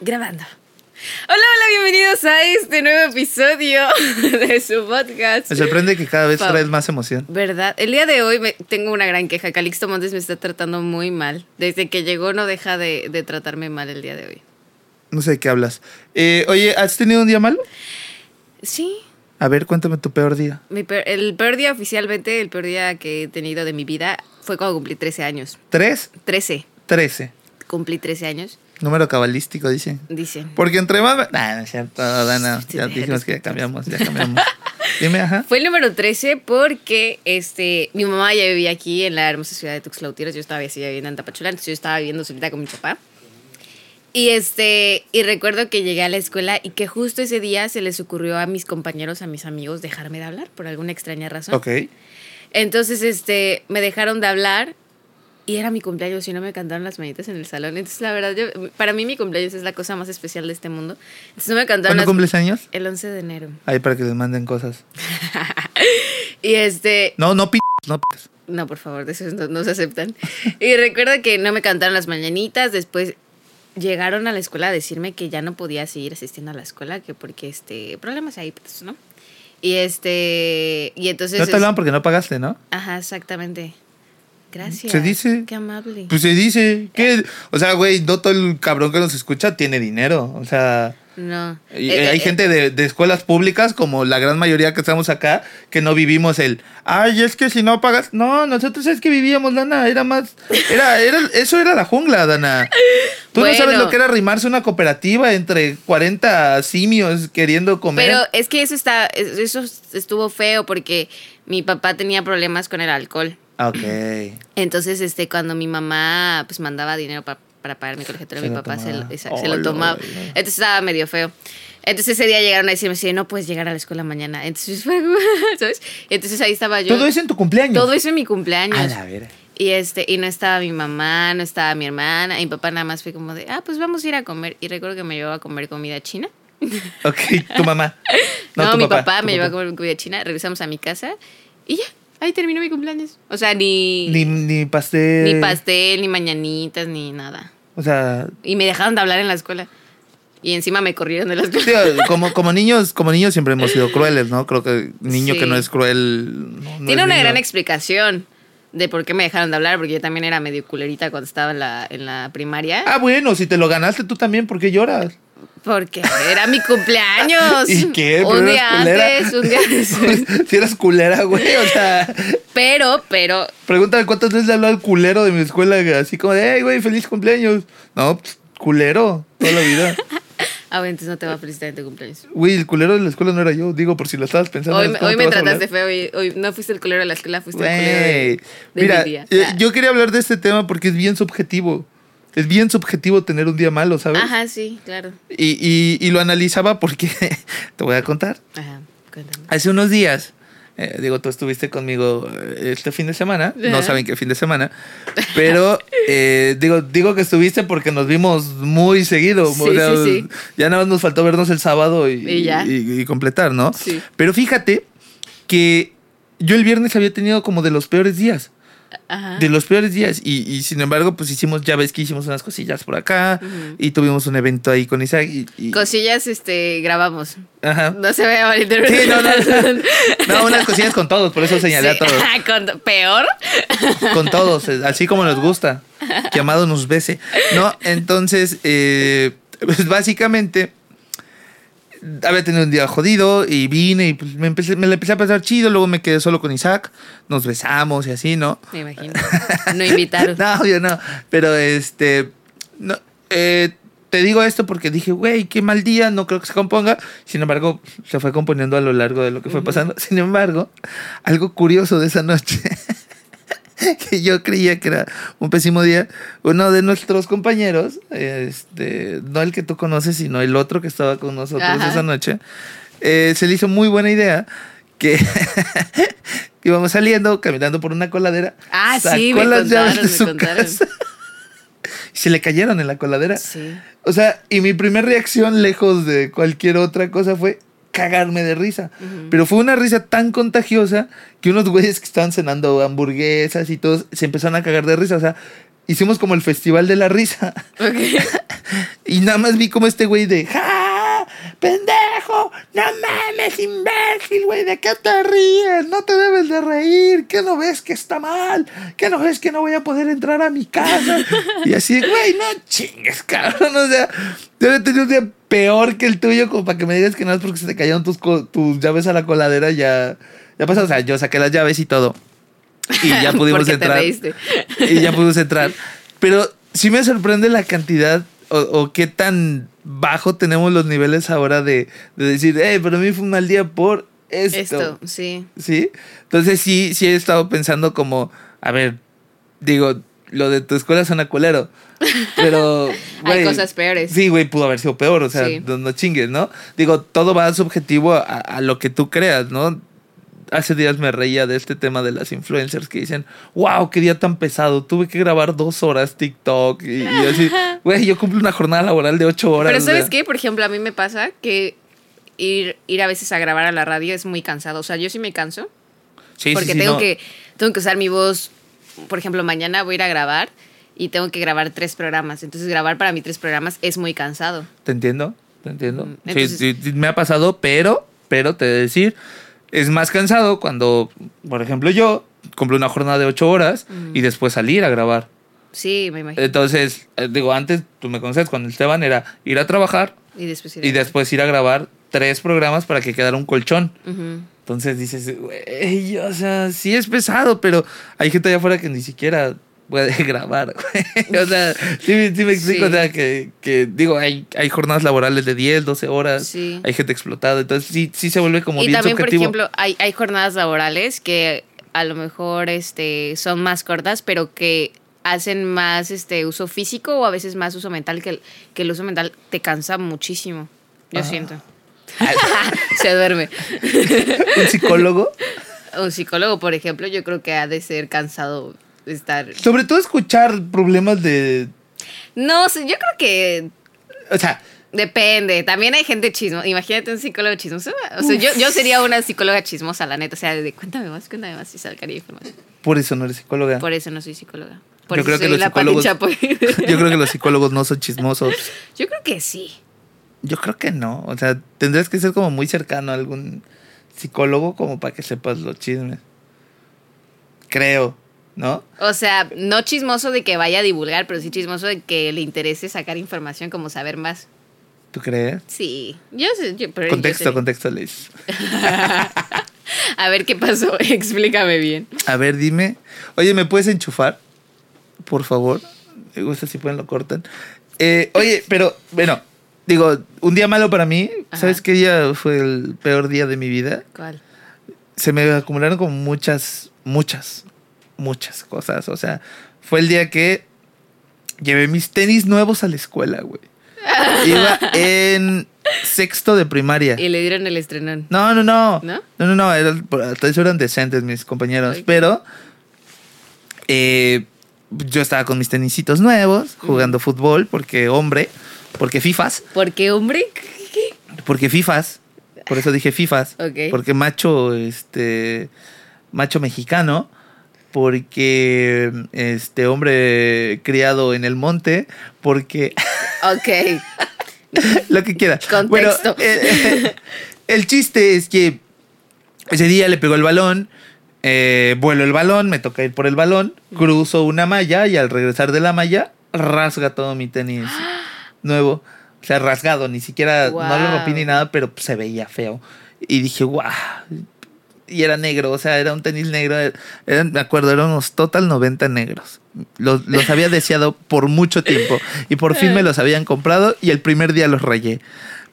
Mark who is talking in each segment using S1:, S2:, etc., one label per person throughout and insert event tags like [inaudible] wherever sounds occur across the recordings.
S1: Grabando. Hola, hola, bienvenidos a este nuevo episodio [laughs] de su podcast.
S2: Me sorprende que cada vez
S1: Fa-
S2: traes más emoción.
S1: ¿Verdad? El día de hoy me- tengo una gran queja. Calixto Montes me está tratando muy mal. Desde que llegó no deja de, de tratarme mal el día de hoy.
S2: No sé de qué hablas. Eh, oye, ¿has tenido un día malo?
S1: Sí.
S2: A ver, cuéntame tu peor día.
S1: Mi peor- el peor día oficialmente, el peor día que he tenido de mi vida fue cuando cumplí 13 años.
S2: ¿Tres?
S1: 13.
S2: Trece.
S1: Cumplí 13 años,
S2: Número cabalístico, dicen.
S1: dicen.
S2: Porque entre más... Nah, no es cierto, Dana. Ya dijimos que ya cambiamos, ya cambiamos. [laughs] Dime, ajá.
S1: Fue el número 13 porque este, mi mamá ya vivía aquí en la hermosa ciudad de Tuxtlautieros. Yo estaba así viviendo en Tapachula, entonces yo estaba viviendo solita con mi papá. Y, este, y recuerdo que llegué a la escuela y que justo ese día se les ocurrió a mis compañeros, a mis amigos, dejarme de hablar por alguna extraña razón.
S2: Ok.
S1: Entonces este, me dejaron de hablar y era mi cumpleaños y no me cantaron las manitas en el salón. Entonces la verdad, yo- para mí mi cumpleaños es la cosa más especial de este mundo. Entonces no me cantaron
S2: ¿Cuándo
S1: las-
S2: cumples años?
S1: El 11 de enero.
S2: Ahí para que les manden cosas.
S1: Y este,
S2: No, no p***, no p***.
S1: No, por favor, de esos no, no se aceptan. Y recuerdo que no me cantaron las mañanitas, después llegaron a la escuela a decirme que ya no podía seguir asistiendo a la escuela, que porque este, problemas ahí, pues, ¿no? Y este, y entonces...
S2: No te hablaban porque no pagaste, ¿no?
S1: Ajá, exactamente. Gracias.
S2: Se dice.
S1: Qué amable.
S2: Pues se dice. ¿Qué? O sea, güey, no todo el cabrón que nos escucha tiene dinero. O sea...
S1: no.
S2: Y
S1: Eh,
S2: hay
S1: eh,
S2: gente de, de escuelas públicas, como la gran mayoría que estamos acá, que no vivimos el, ay, es que si no pagas, no, nosotros es que vivíamos, Dana, era más, era, era, eso era la jungla, Dana. Tú no sabes
S1: Bueno.
S2: lo que era rimarse una cooperativa entre 40 simios queriendo comer.
S1: Pero es que eso está, es- eso estuvo feo porque mi papá tenía problemas con el alcohol.
S2: Ah, ok.
S1: Entonces, este, cuando mi mamá pues mandaba dinero pa- para pagar mi colegiatura,
S2: Se
S1: mi
S2: lo
S1: papá se,
S2: tomaba.
S1: lo- exacto, se lo
S2: Hola,
S1: tomaba.
S2: hola.
S1: Entonces estaba medio feo. Entonces ese día llegaron a decirme, sí, no puedes llegar a la escuela mañana. Entonces [laughs] fue, como, ¿sabes? Entonces ahí estaba yo.
S2: Todo eso en tu cumpleaños.
S1: Todo eso en mi cumpleaños.
S2: A la verga.
S1: Y este, y no estaba mi mamá, no estaba mi hermana, y mi papá nada más fue como de, ah, pues vamos a ir a comer. Y recuerdo que me llevó a comer comida china.
S2: Ok, tu mamá.
S1: [laughs] No,
S2: tu
S1: mi papá, me
S2: tu
S1: llevó a
S2: papá.
S1: comer comida china, regresamos a mi casa y ya, ahí terminó mi cumpleaños. O sea, ni,
S2: Ni, ni pastel.
S1: ni pastel, ni mañanitas, ni nada.
S2: O sea,
S1: Y me dejaron de hablar en la escuela. Y encima me corrieron de la
S2: [laughs]
S1: escuela.
S2: Digo, como, como niños, como niños siempre hemos sido crueles, ¿no? Creo que niño
S1: Sí.
S2: que no es cruel. no- no
S1: Tiene
S2: es
S1: una
S2: niño.
S1: gran explicación de por qué me dejaron de hablar, porque yo también era medio culerita cuando estaba en la, en la primaria.
S2: Ah, bueno, si te lo ganaste tú también, ¿por qué lloras?
S1: Porque era mi cumpleaños.
S2: [laughs] ¿Y qué?
S1: Un
S2: Pero
S1: día
S2: eras culera.
S1: antes,
S2: [laughs]
S1: un día después.
S2: si eras culera, güey, o sea,
S1: Pero, pero,
S2: pregúntame cuántas veces le habló al culero de mi escuela, así como de, hey, güey, feliz cumpleaños. No, pues, culero, toda la vida.
S1: ah, bueno, entonces no te va a felicitar en tu cumpleaños.
S2: Güey, el culero de la escuela no era yo, digo, por si lo estabas pensando.
S1: Hoy,
S2: ¿cómo
S1: me-
S2: te
S1: hoy me
S2: vas a hablar?
S1: trataste feo y hoy no fuiste el culero de la escuela, fuiste el Este culero de,
S2: Güey,
S1: de
S2: Mira,
S1: mi día.
S2: eh,
S1: Ah.
S2: yo quería hablar de este tema porque es bien subjetivo. Es bien subjetivo tener un día malo, ¿sabes?
S1: Ajá, sí, claro.
S2: Y, y- y lo analizaba porque, [laughs] te voy a contar,
S1: Ajá, cuéntame.
S2: hace unos días, eh, digo, tú estuviste conmigo eh, este fin de semana, no
S1: Ajá.
S2: saben qué fin de semana,
S1: [laughs]
S2: pero eh, digo, digo que estuviste porque nos vimos muy seguido,
S1: Sí,
S2: o sea,
S1: sí, sí.
S2: ya nada más nos faltó vernos el sábado y,
S1: Y ya.
S2: y- y completar, ¿no?
S1: Sí.
S2: Pero fíjate que yo el viernes había tenido como de los peores días.
S1: Ajá.
S2: De los peores días. Y, y sin embargo, pues hicimos, ya ves que hicimos unas cosillas por acá. Y tuvimos un evento ahí con Isaac. Y, y-
S1: Cosillas, este, grabamos. [laughs]
S2: Ajá.
S1: No se vea mal
S2: Sí, no, no,
S1: interpretado.
S2: no. No, unas cosillas con todos, por eso señalé
S1: Sí.
S2: a todos.
S1: [laughs] Con- peor.
S2: Con todos, eh, así como nos gusta. Que amado nos bese. No, entonces, eh, pues básicamente, había tenido un día jodido y vine y pues me, empecé, me la empecé a pasar chido. Luego me quedé solo con Isaac, nos besamos y así, ¿no?
S1: Me imagino. No invitaron.
S2: [laughs] No, yo no. Pero este. No, eh, te digo esto porque dije, güey, qué mal día, no creo que se componga. Sin embargo, se fue componiendo a lo largo de lo que fue pasando. Sin embargo, algo curioso de esa noche. [laughs] que yo creía que era un pésimo día. Uno de nuestros compañeros, este, no el que tú conoces, sino el otro que estaba con nosotros
S1: Ajá.
S2: esa noche, eh, se le hizo muy buena idea que [laughs] íbamos saliendo, caminando por una coladera.
S1: Ah, sí,
S2: sacó
S1: me
S2: las llaves
S1: contaron,
S2: de
S1: me
S2: su
S1: contaron.
S2: casa y se le cayeron en la coladera.
S1: Sí.
S2: O sea, y mi primera reacción, lejos de cualquier otra cosa, fue cagarme de risa. Pero fue una risa tan contagiosa que unos güeyes que estaban cenando hamburguesas y [laughs] todos se empezaron a cagar de risa. O sea, hicimos como el festival de la risa.
S1: Ok.
S2: Y, Y nada más vi como este güey de, ¡Ja! ¡Pendejo! ¡No mames, imbécil, güey! ¿De qué te ríes? No te debes de reír. ¿Qué no ves que está mal? ¿Qué no ves que no voy a poder entrar a mi casa? Y así, güey, no chingues, cabrón. O sea, yo he tenido un día peor que el tuyo como para que me digas que no es porque se te cayeron tus, co- tus llaves a la coladera. Ya, ya pasó. O sea, yo saqué las llaves y todo. Y
S1: [laughs]
S2: ya pudimos
S1: Porque te
S2: entrar
S1: reíste.
S2: [laughs] y ya pudimos entrar. Pero sí me sorprende la cantidad o, o qué tan bajo tenemos los niveles ahora de, de decir, hey, pero a mí fue un mal día por esto.
S1: Esto, sí.
S2: ¿Sí? Entonces sí, sí he estado pensando como, a ver, digo, lo de tu escuela suena culero.
S1: [laughs]
S2: Pero. güey,
S1: cosas peores.
S2: Sí, güey, pudo haber sido peor. O sea,
S1: Sí.
S2: no, no chingues, ¿no? Digo, todo va subjetivo a, a lo que tú creas, ¿no? Hace días me reía de este tema de las influencers que dicen, wow, qué día tan pesado, tuve que grabar dos horas TikTok y,
S1: [laughs]
S2: y así, güey, yo cumplo una jornada laboral de ocho horas.
S1: Pero
S2: o sea,
S1: ¿sabes qué? Por ejemplo, a mí me pasa que ir, ir a veces a grabar a la radio es muy cansado. O sea, yo sí me canso
S2: Sí, sí,
S1: porque
S2: sí,
S1: tengo,
S2: no.
S1: que, tengo que usar mi voz. Por ejemplo, mañana voy a ir a grabar y tengo que grabar tres programas. Entonces, grabar para mí tres programas es muy cansado.
S2: Te entiendo, te entiendo. Sí,
S1: entonces-
S2: sí, sí, me ha pasado, pero, pero te he de decir, es más cansado cuando, por ejemplo, yo cumplo una jornada de ocho horas y después salir a grabar.
S1: Sí, me imagino.
S2: Entonces, eh, digo, antes, tú me conoces, cuando Esteban era ir a trabajar
S1: y después ir a
S2: y
S1: grabar.
S2: después ir a grabar tres programas para que quedara un colchón.
S1: Ujú.
S2: Entonces dices, güey, o sea, sí es pesado, pero hay gente allá afuera que ni siquiera puede [laughs] grabar, güey. [laughs] O sea, sí, me- sí me explico,
S1: Sí.
S2: o sea, que, que digo, hay, hay jornadas laborales de 10, 12 horas,
S1: Sí.
S2: hay gente explotada, entonces sí, sí se vuelve como
S1: Y
S2: bien
S1: también,
S2: subjetivo.
S1: por ejemplo, hay, hay jornadas laborales que a lo mejor este, son más cortas, pero que hacen más este uso físico o a veces más uso mental, que el, que el uso mental te cansa muchísimo. Yo
S2: Ah.
S1: siento. [laughs] Se duerme.
S2: [laughs] Un psicólogo,
S1: [laughs] Un psicólogo, por ejemplo, yo creo que ha de ser cansado estar...
S2: sobre todo escuchar problemas de,
S1: No, sé, yo creo que
S2: o sea,
S1: Depende, también hay gente chismosa. Imagínate un psicólogo chismoso. O sea, yo, yo sería una psicóloga chismosa, la neta. O sea, de cuéntame más, cuéntame más y sacaría información.
S2: por eso no eres psicóloga.
S1: Por eso no soy psicóloga. Por
S2: Yo
S1: eso
S2: creo que
S1: soy
S2: los
S1: la Pati
S2: psicólogos-
S1: Chapoy.
S2: [laughs]
S1: [laughs]
S2: Yo creo que los psicólogos no son chismosos.
S1: Yo creo que sí.
S2: Yo creo que no, o sea, tendrías que ser como muy cercano a algún psicólogo como para que sepas los chismes. Creo, ¿no?
S1: O sea, no chismoso de que vaya a divulgar, pero sí chismoso de que le interese sacar información, como saber más.
S2: ¿Tú crees?
S1: Sí. Yo sé. yo- pero yo
S2: Contexto,
S1: sería-
S2: contexto, Liz.
S1: A ver qué pasó. [laughs] Explícame bien.
S2: A ver, dime. Oye, ¿me puedes enchufar? Por favor. Me gusta si pueden lo cortan. Eh, oye, pero, bueno, digo, un día malo para mí. ¿Sabes
S1: Ajá.
S2: qué día fue el peor día de mi vida?
S1: ¿Cuál?
S2: se me acumularon como muchas, muchas, muchas cosas. O sea, fue el día que llevé mis tenis nuevos a la escuela, güey. Iba en sexto de primaria.
S1: Y le dieron el estrenón.
S2: No, no, no.
S1: ¿No?
S2: No, no, no. Eran, por- hasta eso eran decentes mis compañeros.
S1: Ok.
S2: Pero eh, yo estaba con mis tenisitos nuevos, jugando fútbol, porque hombre, porque FIFAs,
S1: Porque, hombre,
S2: porque FIFAs. Por eso dije FIFAs.
S1: Ok.
S2: Porque macho, este. Macho mexicano. Porque este hombre criado en el monte. Porque. [laughs]
S1: ok.
S2: lo que quiera.
S1: Contexto.
S2: eh, el chiste es que ese día le pegó el balón. eh, vuelo el balón, me toca ir por el balón. Cruzo una malla y al regresar de la malla, rasga todo mi tenis nuevo. O sea, rasgado, ni siquiera, no lo rompí ni
S1: Guau.
S2: nada, pero pues, se veía feo. Y dije, guau. Y era negro, o sea, era un tenis negro. eran- me acuerdo, eran unos total 90 negros. Los, los había deseado por mucho tiempo. Y por fin me los habían comprado y el primer día los rayé.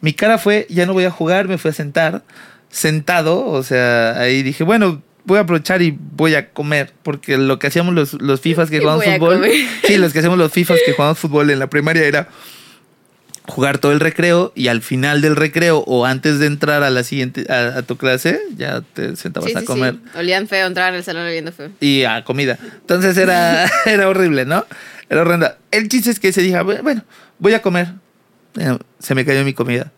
S2: Mi cara fue, ya no voy a jugar, me fui a sentar. Sentado, o sea, ahí dije, bueno, voy a aprovechar y voy a comer. Porque lo que hacíamos los,
S1: [laughs]
S2: los FIFAs que
S1: Y
S2: jugaban
S1: voy a
S2: fútbol.
S1: comer.
S2: [laughs] Sí, los que hacíamos los FIFAs que jugaban fútbol en la primaria era jugar todo el recreo y al final del recreo o antes de entrar a la siguiente a, a tu clase ya te sentabas
S1: Sí,
S2: a
S1: sí,
S2: comer
S1: sí. Olían feo, entraban al salón oliendo feo.
S2: y a comida. Entonces era, era horrible, ¿no? Era horrenda. El chiste es que se dije, bueno, voy a comer. Eh, Se me cayó mi comida.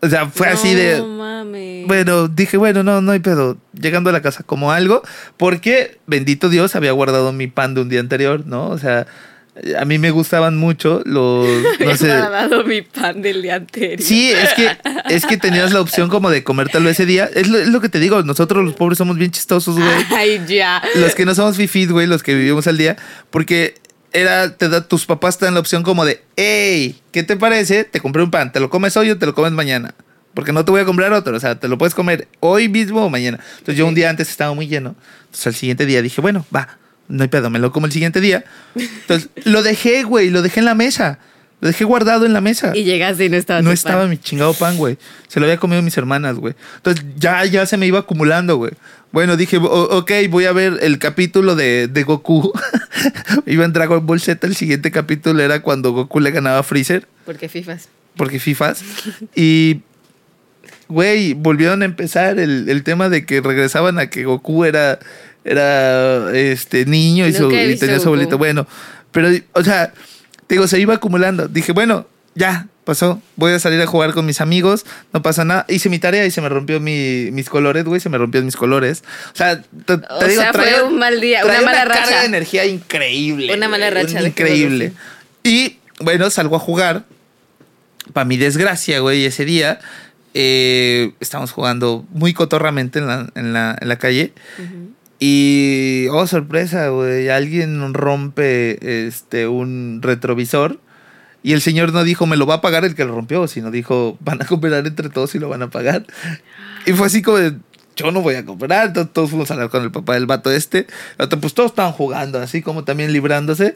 S2: O sea, fue así de pues,
S1: No mames. [laughs]
S2: bueno, dije, bueno, no, no hay pedo. Llegando a la casa como algo, porque bendito Dios había guardado mi pan de un día anterior, ¿no? O sea, A mí me gustaban mucho los. No
S1: Había
S2: sé.
S1: guardado mi pan del día anterior.
S2: Sí, es que, es que tenías la opción como de comértelo ese día. Es lo, es lo que te digo, nosotros los pobres somos bien chistosos, güey.
S1: [laughs] Ay, ya.
S2: Los que no somos fifís, güey, los que vivimos al día. Porque era, te da, tus papás te dan la opción como de, hey, ¿qué te parece? Te compré un pan, ¿te lo comes hoy o te lo comes mañana? Porque no te voy a comprar otro, o sea, te lo puedes comer hoy mismo o mañana. Entonces yo un día antes estaba muy lleno. Entonces al siguiente día dije, bueno, va, no hay pedo, me lo como el siguiente día. Entonces lo dejé, güey, lo dejé en la mesa. Lo dejé guardado en la mesa.
S1: Y llegaste y no estaba tu
S2: No
S1: pan.
S2: estaba mi chingado pan, güey. Se lo había comido mis hermanas, güey. Entonces ya, ya se me iba acumulando, güey. Bueno, dije, "O- ok, voy a ver el capítulo de, de Goku. [laughs] iba en Dragon Ball Z, el siguiente capítulo era cuando Goku le ganaba a Freezer,
S1: Porque FIFAs.
S2: porque FIFAs. Y, güey, volvieron a empezar el, el tema de que regresaban a que Goku era, era este niño y, su-
S1: Nunca he
S2: y
S1: visto
S2: tenía su
S1: Goku.
S2: abuelito. Bueno, pero, o sea, te digo, se iba acumulando. Dije, bueno, ya, pasó. Voy a salir a jugar con mis amigos, no pasa nada. Hice mi tarea y se me rompió mi- mis colores, güey, se me rompió mis colores. O sea, te, te
S1: O
S2: digo,
S1: sea, fue un mal día, una
S2: traía
S1: mala
S2: carga de
S1: racha.
S2: energía increíble.
S1: Una mala
S2: güey,
S1: racha,
S2: un-
S1: dejémoslo
S2: Increíble. Y, bueno, salgo a jugar. Para mi desgracia, güey, ese día... eh, estamos jugando muy cotorramente en la, en la, en la calle.
S1: Ujú.
S2: Y, oh, sorpresa, güey, alguien rompe este, un retrovisor. Y el señor no dijo, me lo va a pagar el que lo rompió, sino dijo, van a cooperar entre todos y lo van a pagar. Y fue así como, de, yo no voy a cooperar. Entonces, todos fuimos a hablar con el papá del vato este. Entonces, pues todos estaban jugando, así como también librándose.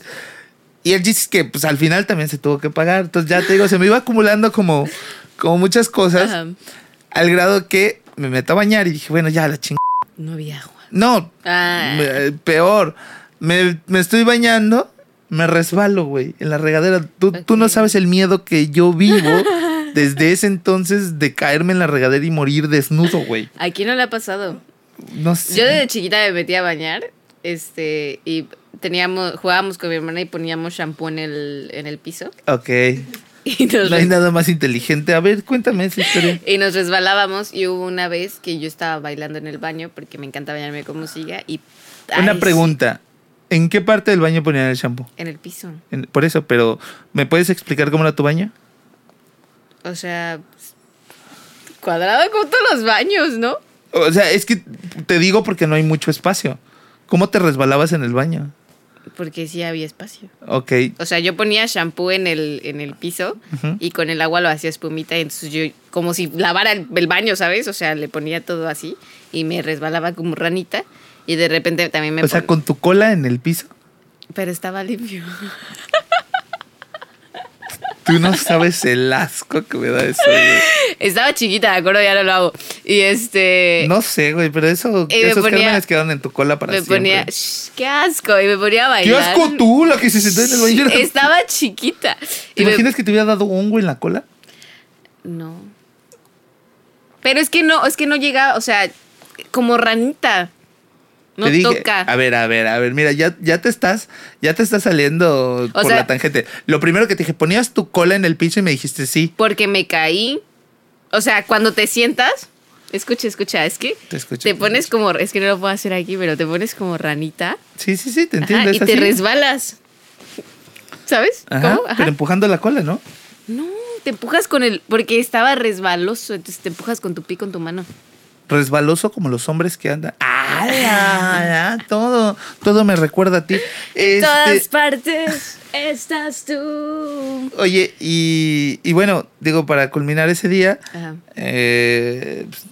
S2: Y el chiste es que, pues al final también se tuvo que pagar. Entonces, ya te digo, se me iba acumulando como, como muchas cosas,
S1: Ajá.
S2: al grado que me meto a bañar y dije, bueno, ya la chingada.
S1: No había agua.
S2: No,
S1: Ah.
S2: me- eh, peor. Me, me estoy bañando, me resbalo, güey, en la regadera. Tú, tú no
S1: Ok.
S2: sabes el miedo que yo vivo desde ese entonces de caerme en la regadera y morir desnudo, güey.
S1: ¿A quién no le ha pasado?
S2: No sé.
S1: Yo desde chiquita me metía a bañar, este, y teníamos, jugábamos con mi hermana y poníamos shampoo en el, en el piso. [laughs]
S2: Ok.
S1: Y nos,
S2: No hay
S1: res-
S2: nada más inteligente. A ver, cuéntame esa historia.
S1: y nos resbalábamos. Y hubo una vez que yo estaba bailando en el baño porque me encanta bañarme con música. Y ay,
S2: Una
S1: sí,
S2: pregunta. ¿En qué parte del baño ponían el shampoo?
S1: en el piso.
S2: En- Por eso, pero ¿me puedes explicar cómo era tu baño?
S1: O sea, pues, cuadrado con todos los baños, ¿no?
S2: O sea, es que te digo porque no hay mucho espacio. ¿Cómo te resbalabas en el baño?
S1: Porque sí había espacio.
S2: Ok.
S1: O sea, yo ponía shampoo en el, en el piso
S2: Ujú.
S1: y con el agua lo hacía espumita. Y entonces yo, como si lavara el, el baño, ¿sabes? O sea, le ponía todo así y me resbalaba como ranita. Y de repente también me.
S2: O sea,
S1: pon-
S2: con tu cola en el piso.
S1: Pero estaba limpio. [laughs]
S2: Tú no sabes el asco que me da eso. güey.
S1: estaba chiquita, de acuerdo, ya no lo hago. Y este.
S2: No sé, güey, pero eso,
S1: Y me
S2: esos
S1: ponía-
S2: gérmenes quedaron en tu cola para
S1: me
S2: siempre.
S1: ponía. "Shh, ¡Qué asco! Y me ponía a
S2: ¡Qué
S1: bailar.
S2: asco tú, la que se sentó en el baño! Era-
S1: Estaba chiquita.
S2: ¿Te
S1: Y me-
S2: imaginas que te hubiera dado hongo en la cola?
S1: No. Pero es que no, es que no llega, o sea, como ranita. No
S2: Te dije-
S1: toca.
S2: A ver, a ver, a ver, mira, ya, ya te estás, ya te estás saliendo por
S1: sea-
S2: la tangente. Lo primero que te dije, ponías tu cola en el piso y me dijiste sí.
S1: Porque me caí. O sea, cuando te sientas, escucha, escucha, es que
S2: Te escucho.
S1: te pones como, es que no lo puedo hacer aquí, pero te pones como ranita
S2: Sí, sí, sí, te
S1: ajá,
S2: entiendo.
S1: y
S2: es
S1: te
S2: así.
S1: resbalas. ¿Sabes?
S2: Ajá,
S1: ¿Cómo? Ajá.
S2: Pero empujando la cola, ¿no?
S1: No, te empujas con el, porque estaba resbaloso, entonces te empujas con tu pie, con tu mano.
S2: Resbaloso como los hombres que andan. ¡Ah! Todo, todo me recuerda a ti.
S1: En todas
S2: Este,
S1: partes estás tú.
S2: oye, y, y bueno, digo, para culminar ese día,
S1: Ajá.
S2: Eh, pues,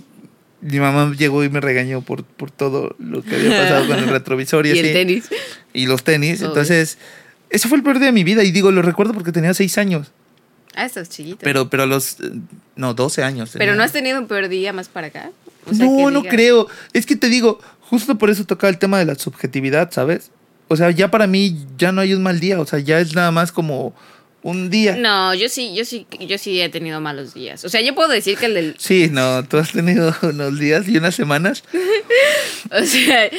S2: mi mamá llegó y me regañó por, por todo lo que había pasado
S1: [laughs]
S2: con el retrovisor y,
S1: Y
S2: así,
S1: el tenis.
S2: y los tenis.
S1: Obvio.
S2: Entonces, eso fue el peor día de mi vida. Y digo, lo recuerdo porque tenía seis años.
S1: Ah, estás chiquito. Pero,
S2: Pero, pero a los. eh, No, 12 años.
S1: no
S2: tenía.
S1: has tenido un peor día más para acá. O sea,
S2: no,
S1: que
S2: no
S1: digas,
S2: creo. Es que te digo, justo por eso tocaba el tema de la subjetividad, ¿sabes? O sea, ya para mí ya no hay un mal día. O sea, ya es nada más como un día.
S1: No, yo sí, yo sí, yo sí he tenido malos días. O sea, yo puedo decir que el del. [laughs]
S2: Sí, no, tú has tenido [laughs] unos días y unas semanas.
S1: O sea,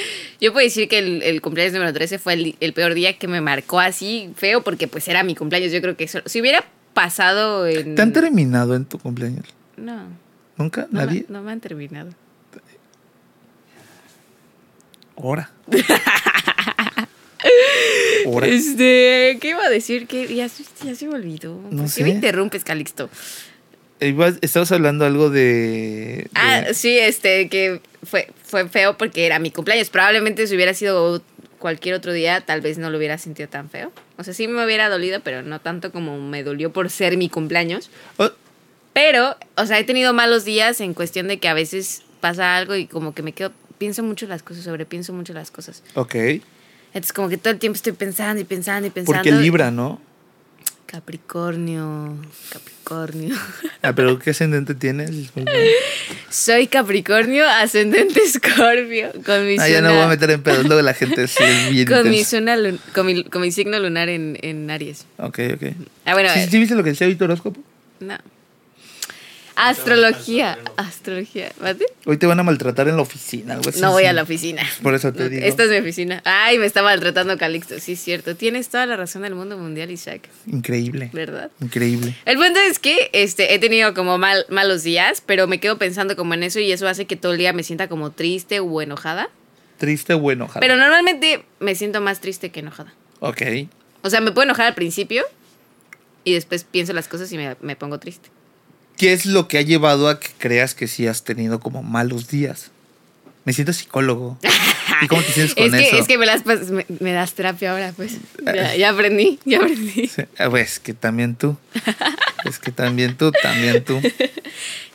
S1: yo puedo decir que el, el cumpleaños número 13 fue el, el peor día que me marcó así feo porque pues era mi cumpleaños. Yo creo que eso. Si hubiera pasado en.
S2: ¿Te han terminado en tu cumpleaños?
S1: No,
S2: ¿Nunca?
S1: Mm. no,
S2: ¿Nadie?
S1: Me, no me han terminado. [laughs]
S2: Ahora. Ahora.
S1: Este, ¿qué iba a decir? que Ya, se- ya se me olvidó.
S2: No
S1: ¿Por qué me
S2: sé.
S1: interrumpes, Calixto?
S2: Eh, ibas- Estabas hablando algo de.
S1: Ah,
S2: de-
S1: sí, este, que fue, fue feo porque era mi cumpleaños. Probablemente si hubiera sido cualquier otro día, tal vez no lo hubiera sentido tan feo. O sea, sí me hubiera dolido, pero no tanto como me dolió por ser mi cumpleaños.
S2: Oh,
S1: Pero, o sea, he tenido malos días en cuestión de que a veces pasa algo y como que me quedo, pienso mucho las cosas, sobrepienso mucho las cosas.
S2: ok.
S1: Entonces, como que todo el tiempo estoy pensando y pensando y pensando.
S2: Porque Libra, ¿no?
S1: Capricornio, Capricornio. [laughs]
S2: Ah, pero ¿qué ascendente tienes?
S1: Soy Capricornio, ascendente [laughs] Escorpio, con mi
S2: Ah, ya no
S1: luna-
S2: voy a meter en pedos. Luego la gente sí es bien
S1: con mi,
S2: intensa.
S1: zona lun- con, mi, con mi signo lunar en, en Aries.
S2: Ok, ok.
S1: Ah, bueno,
S2: ¿Sí,
S1: eh,
S2: sí viste lo que decía hoy tu horóscopo?
S1: no. Astrología, astrología. ¿Mate?
S2: Hoy te van a maltratar en la oficina, algo así.
S1: No voy a la oficina.
S2: Pues Por eso te
S1: No,
S2: digo.
S1: Esta es mi oficina. Ay, me está maltratando Calixto. Sí, es cierto. Tienes toda la razón del mundo mundial, Isaac.
S2: Increíble.
S1: ¿Verdad?
S2: Increíble.
S1: El punto es que este, he tenido como mal, malos días, pero me quedo pensando como en eso y eso hace que todo el día me sienta como triste o enojada.
S2: Triste o enojada.
S1: Pero normalmente me siento más triste que enojada.
S2: Ok.
S1: O sea, me puedo enojar al principio y después pienso las cosas y me, me pongo triste.
S2: ¿Qué es lo que ha llevado a que creas que sí has tenido como malos días? Me siento
S1: [laughs]
S2: psicólogo. ¿Y cómo te sientes Pues con
S1: Es que,
S2: eso?
S1: es que me, las, pas- me, me das terapia ahora, pues. Ya, ya aprendí, ya aprendí.
S2: Sí, ah, pues, es que también tú. Es que también tú, también tú.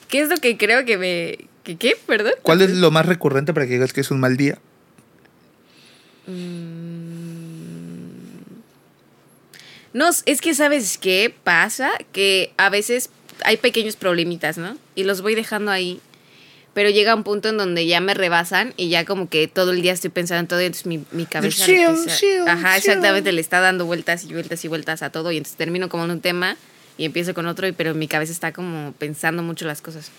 S1: ¿Qué es lo que creo que me... ¿Qué? qué? ¿Perdón?
S2: ¿Cuál es lo más recurrente para que digas que es un mal día?
S1: No, es que sabes qué pasa, que a veces hay pequeños problemitas, ¿no? Y los voy dejando ahí, pero llega un punto en donde ya me rebasan y ya como que todo el día estoy pensando en todo, entonces mi, mi cabeza... le
S2: Chill,
S1: empieza-
S2: chill,
S1: ajá,
S2: chill.
S1: exactamente, le está dando vueltas y vueltas y vueltas a todo y entonces termino como en un tema y empiezo con otro, y- pero mi cabeza está como pensando mucho las cosas.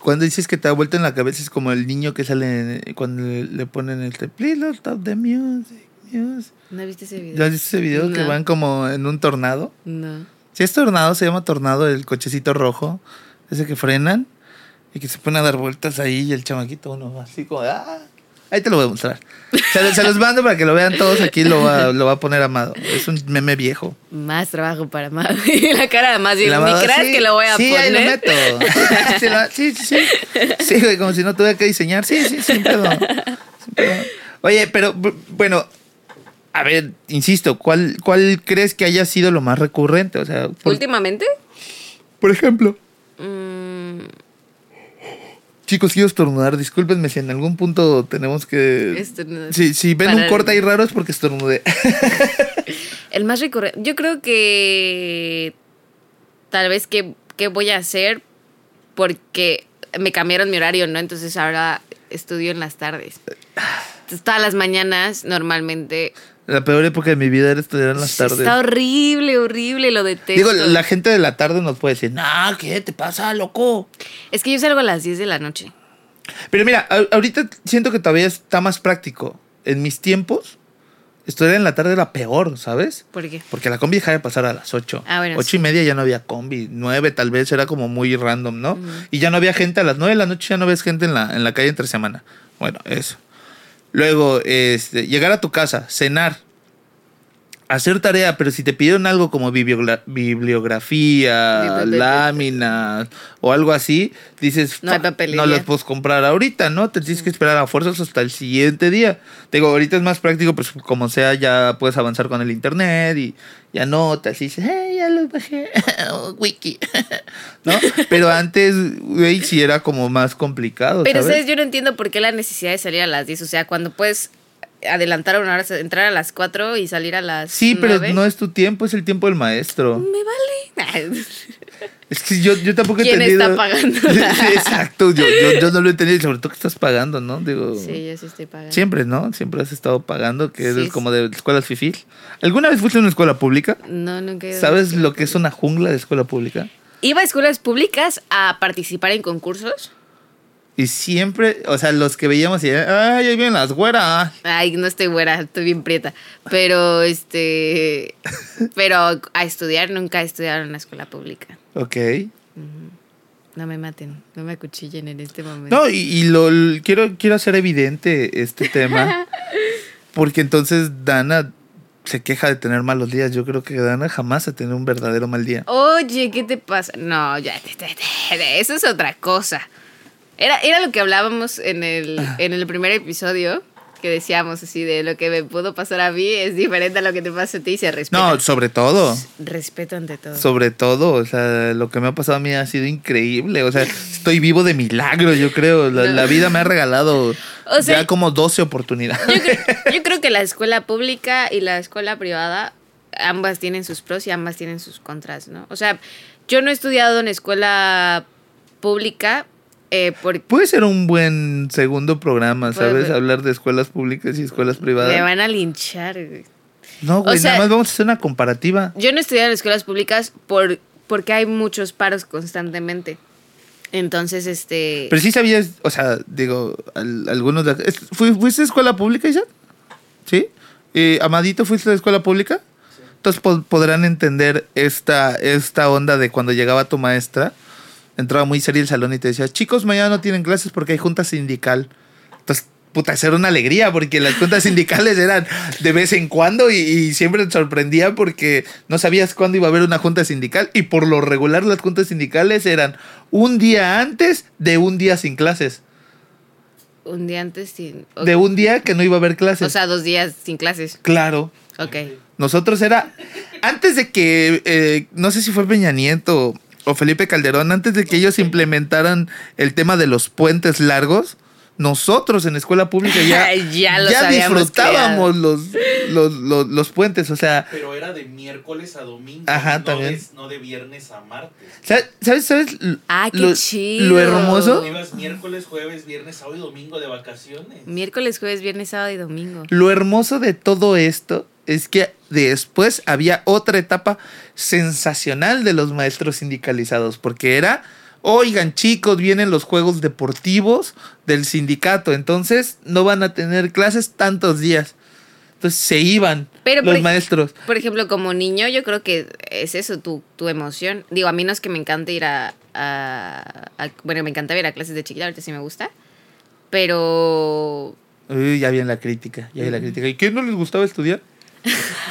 S2: Cuando dices que te ha vuelto en la cabeza es como el niño que sale en- cuando le, le ponen el te- Please don't stop the music. music".
S1: ¿No viste ese video?
S2: ¿Ya has visto ese video que
S1: No.
S2: van como en un tornado?
S1: No.
S2: Si es tornado, se llama tornado el cochecito rojo, ese que frenan y que se pone a dar vueltas ahí y el chamaquito uno así como, "Ah". ahí te lo voy a mostrar. Se, lo- se los mando para que lo vean todos aquí, lo va, lo va a poner Amado. Es un meme viejo.
S1: Más trabajo para más. la cara de más. [laughs] y
S2: El
S1: Ni
S2: Amado,
S1: creas
S2: "Sí,
S1: que lo voy a
S2: sí,
S1: poner.
S2: ahí lo
S1: [laughs]
S2: meto. Sí, lo- sí, sí, sí. Sí, güey, como si no tuviera que diseñar. Sí, sí, sin pedo. Sin pedo. Oye, pero bu- bueno, a ver, insisto, ¿cuál, ¿cuál crees que haya sido lo más recurrente? O sea, por,
S1: Últimamente,
S2: por ejemplo...
S1: mm,
S2: Chicos, quiero estornudar. Discúlpenme si en algún punto tenemos que.
S1: Estornudar.
S2: Si, si ven
S1: Para-
S2: un corte ahí raro es porque estornudé. [laughs]
S1: el más recurrente. Yo creo que tal vez que, que voy a hacer porque me cambiaron mi horario, ¿no? Entonces ahora estudio en las tardes. Entonces, todas las mañanas normalmente.
S2: la peor época de mi vida era estudiar en las tardes.
S1: Está horrible, horrible, lo detesto.
S2: Digo, la gente de la tarde nos puede decir, nah, ¿qué te pasa, loco?
S1: Es que yo salgo a las 10 de la noche.
S2: Pero mira, a- ahorita siento que todavía está más práctico. En mis tiempos, estudiar en la tarde era peor, ¿sabes?
S1: ¿Por qué?
S2: Porque la combi dejaba de pasar a las 8.
S1: Ah, bueno,
S2: 8
S1: sí.
S2: y media ya no había combi. 9 tal vez era como muy random, ¿no? Y ya no había gente. A las 9 de la noche ya no ves gente en la, en la calle entre semana. Bueno, eso. Luego, este, llegar a tu casa, cenar, hacer tarea, pero si te pidieron algo como bibliogla- bibliografía,
S1: Biblioteca.
S2: láminas o algo así, dices,
S1: No hay
S2: "Fa,
S1: papelería".
S2: no las puedes comprar ahorita, ¿no? Te tienes que esperar a fuerzas hasta el siguiente día. Te digo, ahorita es más práctico, pues como sea, ya puedes avanzar con el internet y ya notas y dices, hey, ya lo bajé, [laughs] wiki, [laughs] ¿no? Pero antes, güey, sí era como más complicado,
S1: Pero
S2: ¿sabes?
S1: ustedes, yo no entiendo por qué la necesidad de salir a las 10. O sea, cuando puedes adelantar una hora, entrar a las 4 y salir a las.
S2: Sí, pero
S1: nueve.
S2: no es tu tiempo, es el tiempo del maestro.
S1: Me vale. [laughs]
S2: Es que yo, yo tampoco he
S1: ¿Quién
S2: entendido.
S1: está pagando?
S2: [laughs] Sí, Exacto, yo, yo, yo no lo he entendido. y Sobre todo que estás pagando, ¿no? Digo,
S1: Sí, yo sí estoy pagando.
S2: siempre, ¿no? Siempre has estado pagando, que
S1: Sí,
S2: eres
S1: sí.
S2: como de escuelas fifil. ¿Alguna vez fuiste a una escuela pública?
S1: No, nunca he ido a
S2: ¿Sabes
S1: escuela
S2: lo que es
S1: pública.
S2: una jungla de escuela pública?
S1: Iba a escuelas públicas a participar en concursos.
S2: Y siempre, o sea, los que veíamos y, ay, ahí vienen las güeras.
S1: Ay, no estoy buena, estoy bien prieta. Pero, este. pero a estudiar nunca he estudiado en una escuela pública.
S2: Ok.
S1: Pues No me maten, no me acuchillen en este momento.
S2: No, y, y
S1: [laughs]
S2: lo l- quiero, quiero hacer evidente este tema. porque entonces Dana se queja de tener malos días. Yo creo que Dana jamás ha tenido un verdadero mal día.
S1: Oye, ¿qué te pasa? No, ya, te- te- te- eso es otra cosa. Era, era lo que hablábamos en el, en el primer episodio, que decíamos así de lo que me pudo pasar a mí es diferente a lo que te pasa a ti y se respeta.
S2: No, sobre todo.
S1: Respeto ante todo.
S2: Sobre todo, o sea, lo que me ha pasado a mí ha sido increíble. O sea, estoy vivo de milagro, yo creo. La,
S1: No.
S2: la vida me ha regalado
S1: [laughs] O sea-
S2: ya como 12 oportunidades.
S1: Yo creo, yo creo que la escuela pública y la escuela privada, ambas tienen sus pros y ambas tienen sus contras, ¿no? O sea, yo no he estudiado en escuela pública eh, porque
S2: [laughs] Puede ser un buen segundo programa,
S1: Puede
S2: ¿sabes?
S1: ser.
S2: Hablar de escuelas públicas y escuelas
S1: me
S2: privadas.
S1: van a linchar. güey.
S2: No, güey,
S1: sea-
S2: nada más vamos a hacer una comparativa.
S1: Yo no he estudiado en escuelas públicas por, porque hay muchos paros constantemente. Entonces, este...
S2: Pero sí sabías, o sea, digo, al- algunos de... es- ¿fui- ¿Fuiste a escuela pública, Isa? ¿Sí? Eh, ¿Amadito fuiste a la escuela pública? Entonces po- podrán entender esta, esta onda de cuando llegaba tu maestra, entraba muy seria al salón y te decía, chicos, mañana no tienen clases porque hay junta sindical. Entonces, puta, eso era una alegría porque las juntas [laughs] sindicales eran de vez en cuando y, y siempre te sorprendía porque no sabías cuándo iba a haber una junta sindical y por lo regular las juntas sindicales eran un día antes de un día sin clases,
S1: un día antes sin... O,
S2: de un día que no iba a haber clases.
S1: o sea, dos días sin clases.
S2: claro.
S1: Ok.
S2: Nosotros era, antes de que, eh, no sé si fue Peña Nieto o Felipe Calderón, antes de que ellos implementaran el tema de los puentes largos, nosotros en escuela pública
S1: [laughs]
S2: ya,
S1: Ya los habíamos
S2: disfrutábamos los, los, los- los puentes. O sea,
S3: Pero era de miércoles a domingo.
S2: Ajá,
S3: no
S2: también.
S3: De, no de viernes a martes.
S2: ¿sabes? ¿Sabes? sabes l-
S1: Ah, qué
S2: lo,
S1: chido.
S2: lo hermoso?
S3: Ibas miércoles, jueves, viernes, sábado y domingo de vacaciones.
S1: Miércoles, jueves, viernes, sábado y domingo.
S2: Lo hermoso de todo esto es que después había otra etapa sensacional de los maestros sindicalizados, porque era, oigan chicos, vienen los juegos deportivos del sindicato, entonces no van a tener clases tantos días. Entonces se iban
S1: Pero,
S2: los
S1: por ej-
S2: maestros.
S1: Por ejemplo, como niño, yo creo que es eso, tu, tu emoción. Digo, a mí no es que me encante ir a, a- a- Bueno, me encantaba ir a clases de chiquita, ahorita sí me gusta. Pero.
S2: Uy, ya bien la crítica, ya vi la crítica. ¿Y qué no les gustaba estudiar? [laughs]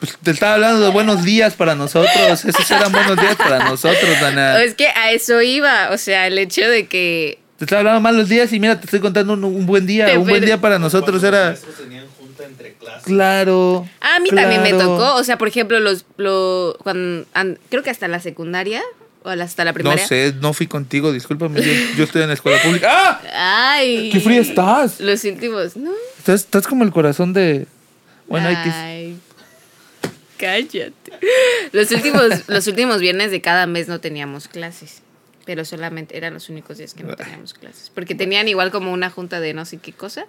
S2: Pues te estaba hablando de buenos días para nosotros. Esos eran buenos días para nosotros, Dana.
S1: Es que a eso iba. O sea, el hecho de que.
S2: Te estaba hablando malos días y mira, te estoy contando un, un buen día.
S1: Te
S2: un buen
S1: per-
S2: día para nosotros
S3: Cuando Los
S2: era.
S3: maestros tenían junta entre clases.
S2: Claro.
S1: A mí también me
S2: claro.
S1: tocó. O sea, por ejemplo, los. lo- cuando, an- creo que hasta la secundaria o hasta la
S2: No
S1: primaria.
S2: sé, no fui contigo, discúlpame. Yo, yo estoy en la escuela pública. ¡Ah!
S1: ¡Ay!
S2: ¡Qué fría estás!
S1: Los últimos, ¿no?
S2: Estás, estás como el corazón de. Bueno, ahí te-
S1: Ay, cállate. Los últimos, los últimos viernes de cada mes no teníamos clases. Pero solamente eran los únicos días que no teníamos clases. Porque tenían igual como una junta de no sé qué cosa.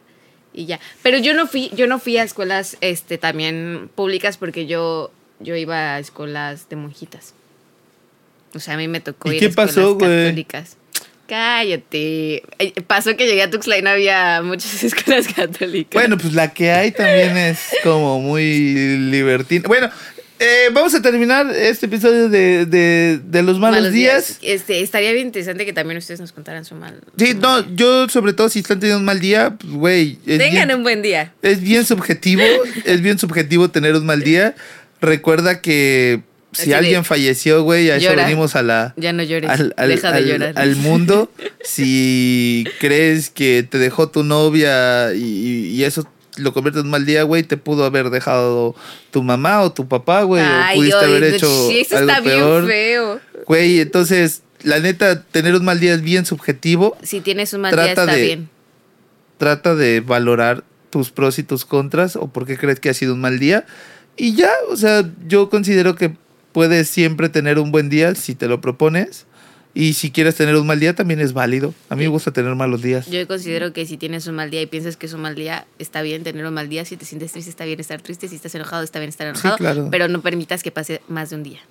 S1: Y ya. Pero yo no fui, yo no fui a escuelas este también públicas porque yo, yo iba a escuelas de monjitas. O sea, a mí me tocó
S2: ¿Y
S1: ir
S2: qué
S1: a escuelas
S2: pasó, güey?
S1: católicas. Cállate. Eh, Pasó que llegué a Tuxtla y no había muchas [laughs] escuelas católicas.
S2: Bueno, pues la que hay también es como muy libertina. Bueno, eh, vamos a terminar este episodio de, de- de los malos, días.
S1: Este, estaría bien interesante que también ustedes nos contaran su mal.
S2: Sí,
S1: su
S2: no,
S1: mal día.
S2: yo sobre todo si están teniendo un mal día, pues, güey. es bien-
S1: Tengan un buen día.
S2: Es bien subjetivo,
S1: [laughs]
S2: es bien subjetivo tener un mal día. Recuerda que
S1: Así
S2: si
S1: de,
S2: alguien falleció, güey, a eso
S1: llora.
S2: venimos a la...
S1: Ya no llores.
S2: Al, al-
S1: Deja de
S2: al-
S1: llorar. [laughs]
S2: al mundo, si crees que te dejó tu novia y, y eso lo convierte en un mal día, güey, te pudo haber dejado tu mamá o tu papá, güey, o
S1: Ay,
S2: pudiste
S1: oye,
S2: haber hecho
S1: sí, eso
S2: algo
S1: está
S2: peor,
S1: bien feo.
S2: güey. Entonces, la neta, tener un mal día es bien subjetivo.
S1: Si tienes un mal día,
S2: Trata
S1: está
S2: de-
S1: bien.
S2: trata de valorar tus pros y tus contras o por qué crees que ha sido un mal día. Y ya, o sea, yo considero que puedes siempre tener un buen día si te lo propones. Y si quieres tener un mal día, también es válido. A mí me gusta tener malos días.
S1: Yo considero que si tienes un mal día y piensas que es un mal día, está bien tener un mal día. Si te sientes triste, está bien estar triste. Si estás enojado, está bien estar enojado.
S2: claro.
S1: Pero no permitas que pase más de un día.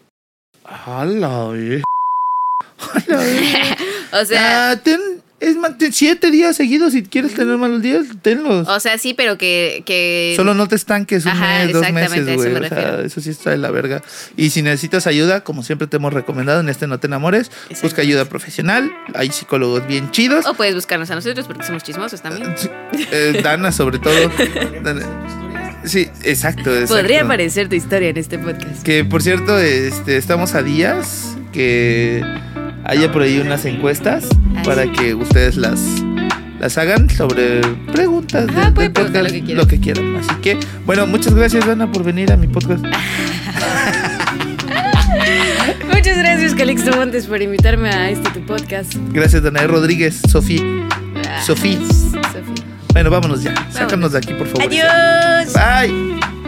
S2: ¡Hala, vie- ¡Hala, vie-
S1: O sea,
S2: Ah, ten- es más, ten siete días seguidos si quieres tener malos días, tenlos.
S1: o sea, sí, pero que, que
S2: pues, Solo no te estanques un
S1: Ajá,
S2: mes, dos
S1: exactamente, a
S2: meses,
S1: eso
S2: güey.
S1: me
S2: O sea,
S1: refiero.
S2: eso sí está de la verga. Y si necesitas ayuda, como siempre te hemos recomendado, en este No Te Enamores, busca
S1: Exactamente.
S2: ayuda profesional. Hay psicólogos bien
S1: [laughs]
S2: chidos.
S1: o puedes buscarnos a nosotros porque somos chismosos también.
S2: Eh, Dana, sobre todo.
S3: Historias.
S2: Sí, exacto, exacto.
S1: Podría aparecer tu historia en este podcast.
S2: Que por cierto, este, estamos a días que haya por ahí unas encuestas
S1: Ah,
S2: para
S1: sí.
S2: que ustedes las, las hagan sobre preguntas
S1: Ah,
S2: del-
S1: pueden
S2: del
S1: preguntar
S2: podcast,
S1: lo que quieran.
S2: quieran. Así que, bueno, muchas gracias, Dana, por venir a mi podcast.
S1: Muchas gracias, Calixto Montes, por invitarme a este tu podcast.
S2: Gracias, Danae Rodríguez, Sofía.
S1: Ah,
S2: Sofí.
S1: Sofía.
S2: Bueno, vámonos ya. Sácanos de aquí, por favor.
S1: Adiós.
S2: Bye.